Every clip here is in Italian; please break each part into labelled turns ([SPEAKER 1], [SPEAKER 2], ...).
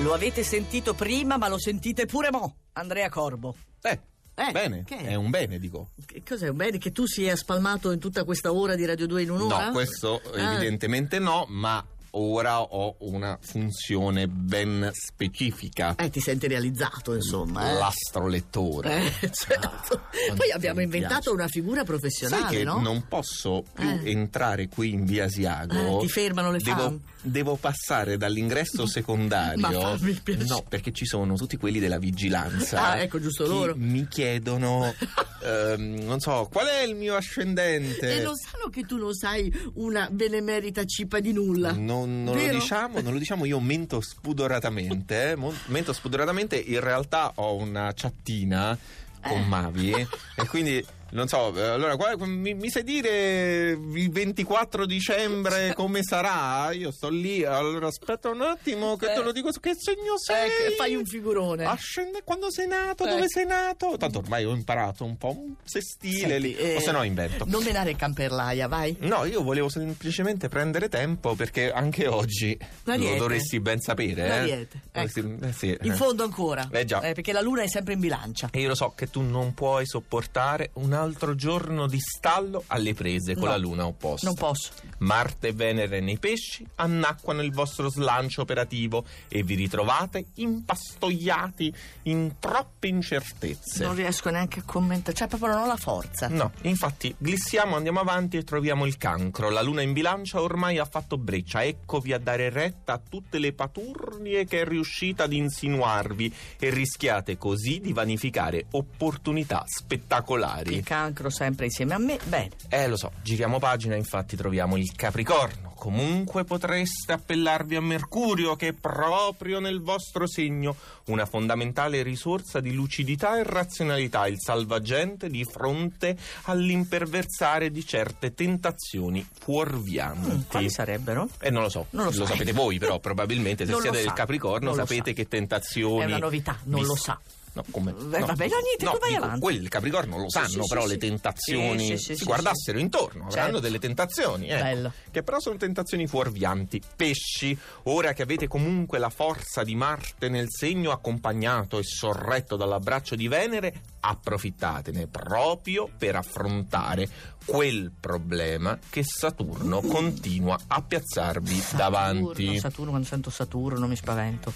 [SPEAKER 1] Lo avete sentito prima, ma lo sentite pure mo. Andrea Corbo.
[SPEAKER 2] Eh,
[SPEAKER 1] Eh,
[SPEAKER 2] bene,
[SPEAKER 1] che è?
[SPEAKER 2] è un bene, dico.
[SPEAKER 1] Che cos'è? Un bene che tu sia spalmato in tutta questa ora di Radio 2 in un'ora?
[SPEAKER 2] No, questo
[SPEAKER 1] Ah.
[SPEAKER 2] evidentemente no, ma ora ho una funzione ben specifica.
[SPEAKER 1] Eh, ti senti realizzato, insomma. eh.
[SPEAKER 2] L'astrolettore.
[SPEAKER 1] Eh, certo. Poi
[SPEAKER 2] Ah, quanto
[SPEAKER 1] abbiamo
[SPEAKER 2] mi
[SPEAKER 1] inventato
[SPEAKER 2] piace.
[SPEAKER 1] una figura professionale,
[SPEAKER 2] Sai che
[SPEAKER 1] no?
[SPEAKER 2] non posso più
[SPEAKER 1] Eh.
[SPEAKER 2] entrare qui in via Asiago.
[SPEAKER 1] Eh, ti fermano le
[SPEAKER 2] devo,
[SPEAKER 1] fam.
[SPEAKER 2] devo passare dall'ingresso
[SPEAKER 1] Ma
[SPEAKER 2] secondario.
[SPEAKER 1] fammi il piacere.
[SPEAKER 2] no, perché ci sono tutti quelli della vigilanza.
[SPEAKER 1] Ah, ecco, giusto
[SPEAKER 2] che
[SPEAKER 1] loro.
[SPEAKER 2] Mi chiedono, ehm, non so, qual è il mio ascendente?
[SPEAKER 1] E lo sanno che tu non sai una benemerita cipa di nulla.
[SPEAKER 2] Non, non lo
[SPEAKER 1] Vero?
[SPEAKER 2] diciamo, non lo diciamo, io mento spudoratamente, eh, mon- mento spudoratamente, in realtà ho una chattina con
[SPEAKER 1] Eh.
[SPEAKER 2] Mavi e quindi non so, eh, allora qua- mi, mi sai dire il 24 dicembre come sarà? Io sto lì, allora aspetta un attimo che
[SPEAKER 1] Eh.
[SPEAKER 2] te lo dico, che segno sei?
[SPEAKER 1] Ecco, e fai un figurone.
[SPEAKER 2] Ah, Ascende- quando sei nato?
[SPEAKER 1] Eh.
[SPEAKER 2] Dove sei nato? Tanto ormai ho imparato un po' un se stile
[SPEAKER 1] Senti,
[SPEAKER 2] lì,
[SPEAKER 1] eh,
[SPEAKER 2] o se no invento.
[SPEAKER 1] Non menare camperlaia, vai.
[SPEAKER 2] No, io volevo semplicemente prendere tempo perché anche oggi
[SPEAKER 1] La
[SPEAKER 2] lo
[SPEAKER 1] Riete.
[SPEAKER 2] dovresti ben sapere.
[SPEAKER 1] La
[SPEAKER 2] eh.
[SPEAKER 1] Riete,
[SPEAKER 2] Dovresti- eh sì,
[SPEAKER 1] In
[SPEAKER 2] eh.
[SPEAKER 1] fondo ancora.
[SPEAKER 2] Eh, già. Eh,
[SPEAKER 1] perché la luna è sempre in bilancia.
[SPEAKER 2] E io lo so che tu non puoi sopportare un altro giorno di stallo alle prese con
[SPEAKER 1] No,
[SPEAKER 2] la luna opposta.
[SPEAKER 1] Non posso.
[SPEAKER 2] Marte e Venere nei pesci annacquano il vostro slancio operativo e vi ritrovate impastoiati in troppe incertezze.
[SPEAKER 1] Non riesco neanche a commentare. Cioè, proprio non ho la forza.
[SPEAKER 2] No, infatti glissiamo, andiamo avanti e troviamo il cancro. La luna in bilancia ormai ha fatto breccia. Eccovi a dare retta a tutte le paturnie che è riuscita ad insinuarvi e rischiate così di vanificare opportunità
[SPEAKER 1] Il
[SPEAKER 2] spettacolari.
[SPEAKER 1] cancro sempre insieme a me. Bene.
[SPEAKER 2] Eh, lo so, giriamo pagina, infatti troviamo il Capricorno. Comunque potreste appellarvi a Mercurio, che è proprio nel vostro segno una fondamentale risorsa di lucidità e razionalità, il salvagente di fronte all'imperversare di certe tentazioni
[SPEAKER 1] Mm, quali
[SPEAKER 2] fuorvianti.
[SPEAKER 1] sarebbero?
[SPEAKER 2] Eh, non lo so,
[SPEAKER 1] Non lo sai.
[SPEAKER 2] sapete voi, però probabilmente se
[SPEAKER 1] Non lo
[SPEAKER 2] siete
[SPEAKER 1] sa,
[SPEAKER 2] del Capricorno
[SPEAKER 1] non lo
[SPEAKER 2] sapete
[SPEAKER 1] sa.
[SPEAKER 2] che tentazioni.
[SPEAKER 1] È una novità, non
[SPEAKER 2] vi-
[SPEAKER 1] lo sa.
[SPEAKER 2] No, come?
[SPEAKER 1] Eh, vabbè, no, niente, tu vai
[SPEAKER 2] dico,
[SPEAKER 1] avanti.
[SPEAKER 2] Quelli del Capricorno lo
[SPEAKER 1] Sì,
[SPEAKER 2] sanno,
[SPEAKER 1] sì,
[SPEAKER 2] però
[SPEAKER 1] sì,
[SPEAKER 2] le
[SPEAKER 1] sì.
[SPEAKER 2] tentazioni
[SPEAKER 1] Sì, sì, sì,
[SPEAKER 2] si
[SPEAKER 1] sì,
[SPEAKER 2] guardassero intorno, avranno
[SPEAKER 1] Certo.
[SPEAKER 2] delle tentazioni, ecco,
[SPEAKER 1] Bello.
[SPEAKER 2] che però sono tentazioni fuorvianti. Pesci, ora che avete comunque la forza di Marte nel segno accompagnato e sorretto dall'abbraccio di Venere, approfittatene proprio per affrontare quel problema che Saturno continua a piazzarvi davanti.
[SPEAKER 1] Saturno, Saturno, quando sento Saturno mi spavento.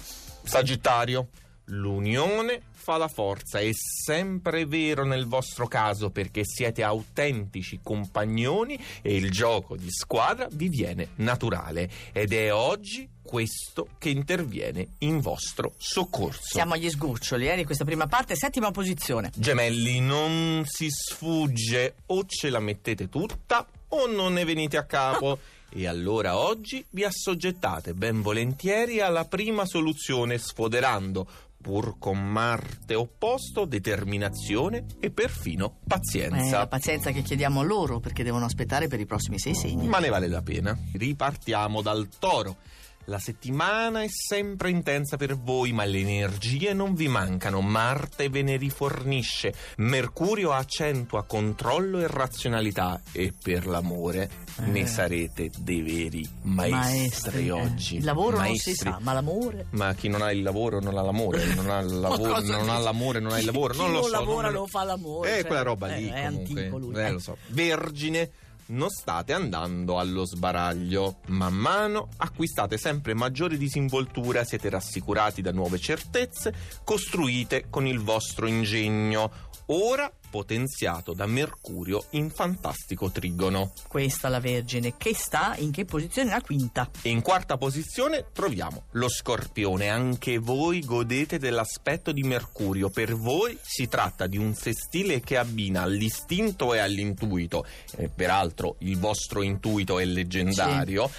[SPEAKER 2] Sagittario, l'unione fa la forza, è sempre vero nel vostro caso perché siete autentici compagnoni e il gioco di squadra vi viene naturale ed è oggi questo che interviene in vostro soccorso.
[SPEAKER 1] Siamo agli sgoccioli, eh, di questa prima parte, settima posizione.
[SPEAKER 2] Gemelli, non si sfugge o ce la mettete tutta o non ne venite a capo. E allora oggi vi assoggettate ben volentieri alla prima soluzione, sfoderando, pur con Marte opposto, determinazione e perfino
[SPEAKER 1] Eh,
[SPEAKER 2] pazienza.
[SPEAKER 1] la pazienza che chiediamo a loro perché devono aspettare per i prossimi sei segni.
[SPEAKER 2] Ma ne vale la pena. Ripartiamo dal toro. La settimana è sempre intensa per voi, ma le energie non vi mancano. Marte ve ne rifornisce. Mercurio accentua controllo e razionalità. E per l'amore
[SPEAKER 1] Eh.
[SPEAKER 2] ne sarete dei veri maestri,
[SPEAKER 1] eh.
[SPEAKER 2] oggi.
[SPEAKER 1] Il lavoro non si
[SPEAKER 2] Maestri.
[SPEAKER 1] sa, ma l'amore.
[SPEAKER 2] Ma chi non ha il lavoro non ha l'amore, non ha, il lavoro,
[SPEAKER 1] cosa
[SPEAKER 2] non ha
[SPEAKER 1] dici?
[SPEAKER 2] l'amore, non ha il lavoro,
[SPEAKER 1] Chi
[SPEAKER 2] non lo
[SPEAKER 1] non
[SPEAKER 2] so.
[SPEAKER 1] lavora
[SPEAKER 2] non-
[SPEAKER 1] lo fa l'amore,
[SPEAKER 2] Eh,
[SPEAKER 1] cioè,
[SPEAKER 2] quella roba
[SPEAKER 1] eh,
[SPEAKER 2] lì
[SPEAKER 1] è
[SPEAKER 2] comunque.
[SPEAKER 1] antico lui,
[SPEAKER 2] Eh,
[SPEAKER 1] eh.
[SPEAKER 2] lo so. Vergine, non state andando allo sbaraglio. Man mano acquistate sempre maggiore disinvoltura, siete rassicurati da nuove certezze, costruite con il vostro ingegno. Ora potenziato da Mercurio in fantastico trigono.
[SPEAKER 1] Questa la Vergine che sta in che posizione? La quinta.
[SPEAKER 2] E in quarta posizione troviamo lo scorpione. Anche voi godete dell'aspetto di Mercurio. Per voi si tratta di un sestile che abbina all'istinto e all'intuito. E peraltro il vostro intuito è leggendario.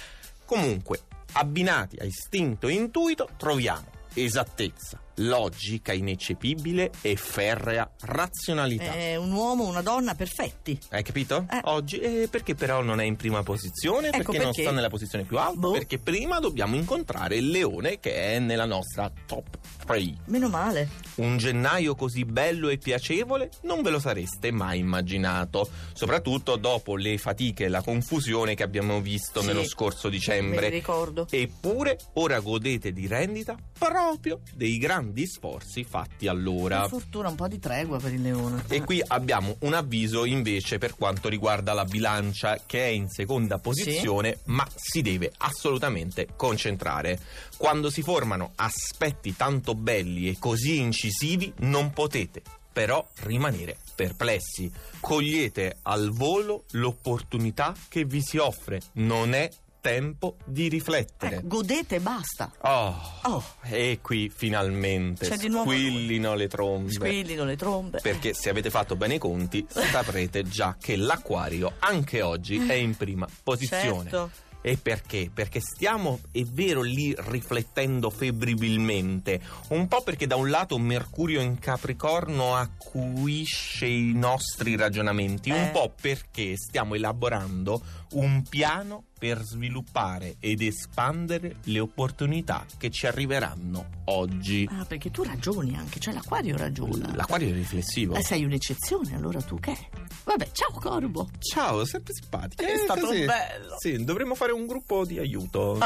[SPEAKER 2] Comunque, abbinati a istinto e intuito, troviamo esattezza, logica ineccepibile e ferrea razionalità.
[SPEAKER 1] È un uomo, una donna perfetti.
[SPEAKER 2] Hai capito?
[SPEAKER 1] Eh.
[SPEAKER 2] Oggi eh, perché però non è in prima posizione?
[SPEAKER 1] Ecco
[SPEAKER 2] perché, non
[SPEAKER 1] perché.
[SPEAKER 2] sta nella posizione più alta?
[SPEAKER 1] Boh.
[SPEAKER 2] Perché prima dobbiamo incontrare il leone che è nella nostra top 3.
[SPEAKER 1] Meno male.
[SPEAKER 2] Un gennaio così bello e piacevole non ve lo sareste mai immaginato, soprattutto dopo le fatiche e la confusione che abbiamo visto
[SPEAKER 1] Sì.
[SPEAKER 2] nello scorso
[SPEAKER 1] Me
[SPEAKER 2] dicembre.
[SPEAKER 1] ne ricordo.
[SPEAKER 2] Eppure ora godete di rendita proprio dei grandi sforzi fatti allora.
[SPEAKER 1] Per fortuna un po' di tregua per il leone. Eh,
[SPEAKER 2] E qui abbiamo un avviso invece per quanto riguarda la bilancia che è in seconda posizione ma si deve assolutamente concentrare. Quando si formano aspetti tanto belli e così incisivi non potete però rimanere perplessi. Cogliete al volo l'opportunità che vi si offre, non è tempo di riflettere.
[SPEAKER 1] Ecco, godete e basta.
[SPEAKER 2] Oh,
[SPEAKER 1] Oh,
[SPEAKER 2] e qui finalmente
[SPEAKER 1] C'è di nuovo lui.
[SPEAKER 2] squillino le trombe.
[SPEAKER 1] squillino le trombe.
[SPEAKER 2] Perché se avete fatto bene i conti saprete già che l'acquario anche oggi è in prima posizione.
[SPEAKER 1] Certo.
[SPEAKER 2] E perché? Perché stiamo, è vero, lì riflettendo febribilmente, un po' perché da un lato Mercurio in Capricorno acuisce i nostri ragionamenti, un
[SPEAKER 1] Eh.
[SPEAKER 2] po' perché stiamo elaborando un piano per sviluppare ed espandere le opportunità che ci arriveranno oggi.
[SPEAKER 1] Ah, perché tu ragioni anche, cioè l'acquario ragiona.
[SPEAKER 2] L'acquario è riflessivo.
[SPEAKER 1] Eh, sei un'eccezione, allora tu che? Vabbè, ciao Corbo.
[SPEAKER 2] Ciao, sempre simpatica.
[SPEAKER 1] È
[SPEAKER 2] Eh,
[SPEAKER 1] stato
[SPEAKER 2] così.
[SPEAKER 1] bello.
[SPEAKER 2] Sì, dovremmo fare un gruppo di aiuto.